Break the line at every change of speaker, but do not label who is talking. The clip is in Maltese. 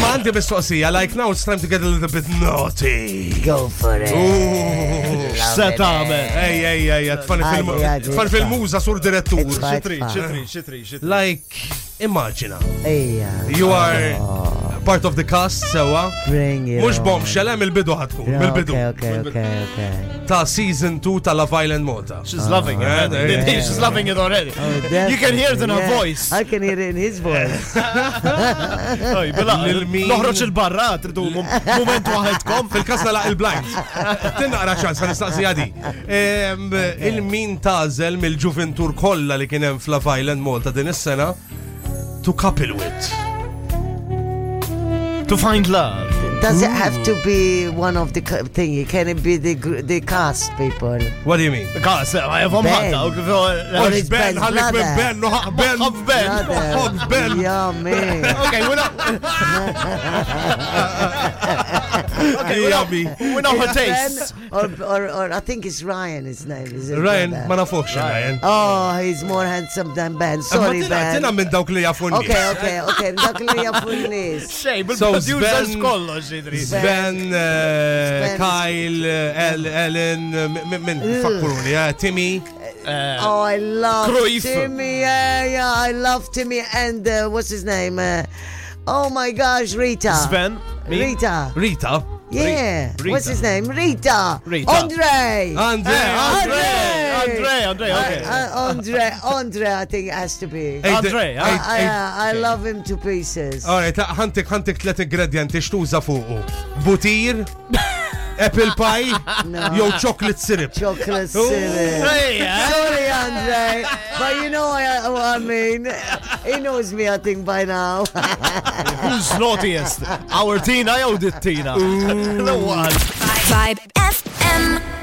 Ma għandi mistoqsija, like now it's time to get a little bit naughty.
Go for it.
Se tagħmel.
Ej, ej, ej, tfan
Għaddi, għaddi,
fil-muża fil muża sur direttur.
It's fine.
Xitri, xitri, xitri, xitri.
Like, imagina,
Ejja.
you are part of the cast sewa.
uh, oh, Bring it.
Mux
on.
bombshell, hemm il-bidu ħadkun,
Yeah,
mill-bidu.
Okay, okay, okay, okay.
Ta' season 2 ta' Love Island Malta.
Ah,
She's loving it.
Yeah,
already.
yeah.
She's loving it already. You can hear it in her
Oh, Yeah,
voice.
I can hear it in his voice.
Oj, bella,
Lil-min.
Noħroġ il-barra, tridu mom- moment waħedkom.
Fil-kas nalaq il-blind. Tinaqra ċans, għan istaqsija di. Em, Il-min tażel mill-ġuventur kollha li kien hemm fl-Love Island Malta din is-sena to couple with.
To find love.
Does it have to be one of the co- thingy? Can it be the gr- the cast people?
What do you mean?
Kas, ma jafom
Ben.
ħatta.
Or it's
Ben,
Ben's
ħallek minn
brother.
Ben, noħaq Ben.
Noħaq Ben.
Noħaq Ben.
Yeah, man.
Okay, we're not, eh,
Jabi.
we're not
Ben
her taste.
or, or or I think it's Ryan. His name is it?
Ryan, ma
brother?
nafuħx Ryan.
Oh, he's more handsome than Ben. Sorry, Ben.
Tina minn dawk li jafun.
Okay, okay, okay. Dak li jafu nis.
Xej,
So,
bil-producers
Sven-
kollu xidri.
Ben, eh,
Sven.
Kyle, eh, El- Ellen, eh, min- min
Ugh.
fakkuruni, eh, Timmy.
Eh,
Oh, I love
Cruyff.
Timmy. Yeah, yeah, I love Timmy. And uh, what's his name? Uh, oh my gosh, Rita.
Sven, me?
Rita.
Rita.
Yeah.
Rita.
What's his name? Rita.
Rita.
Andre.
Andre.
Eh, Andre,
Andre.
Andre, Andre,
I-
okay.
I- Andre. Andre, I think it has to be.
Ej,
Andre,
ej,
eh?
I,
ej,
I, uh, I love him to pieces.
Oh.
Alright, ta' ħantik ħantik tlet ingredienti x'tuża fuqu. Butir, apple pie, jew chocolate syrup.
Chocolate
Ooh.
syrup.
Hey, eh?
Sorry, Andre, but you know I, I mean, he knows me, I think, by now.
Who's naughtiest? Our Tina jew dit Tina? The one.
Vibe FM.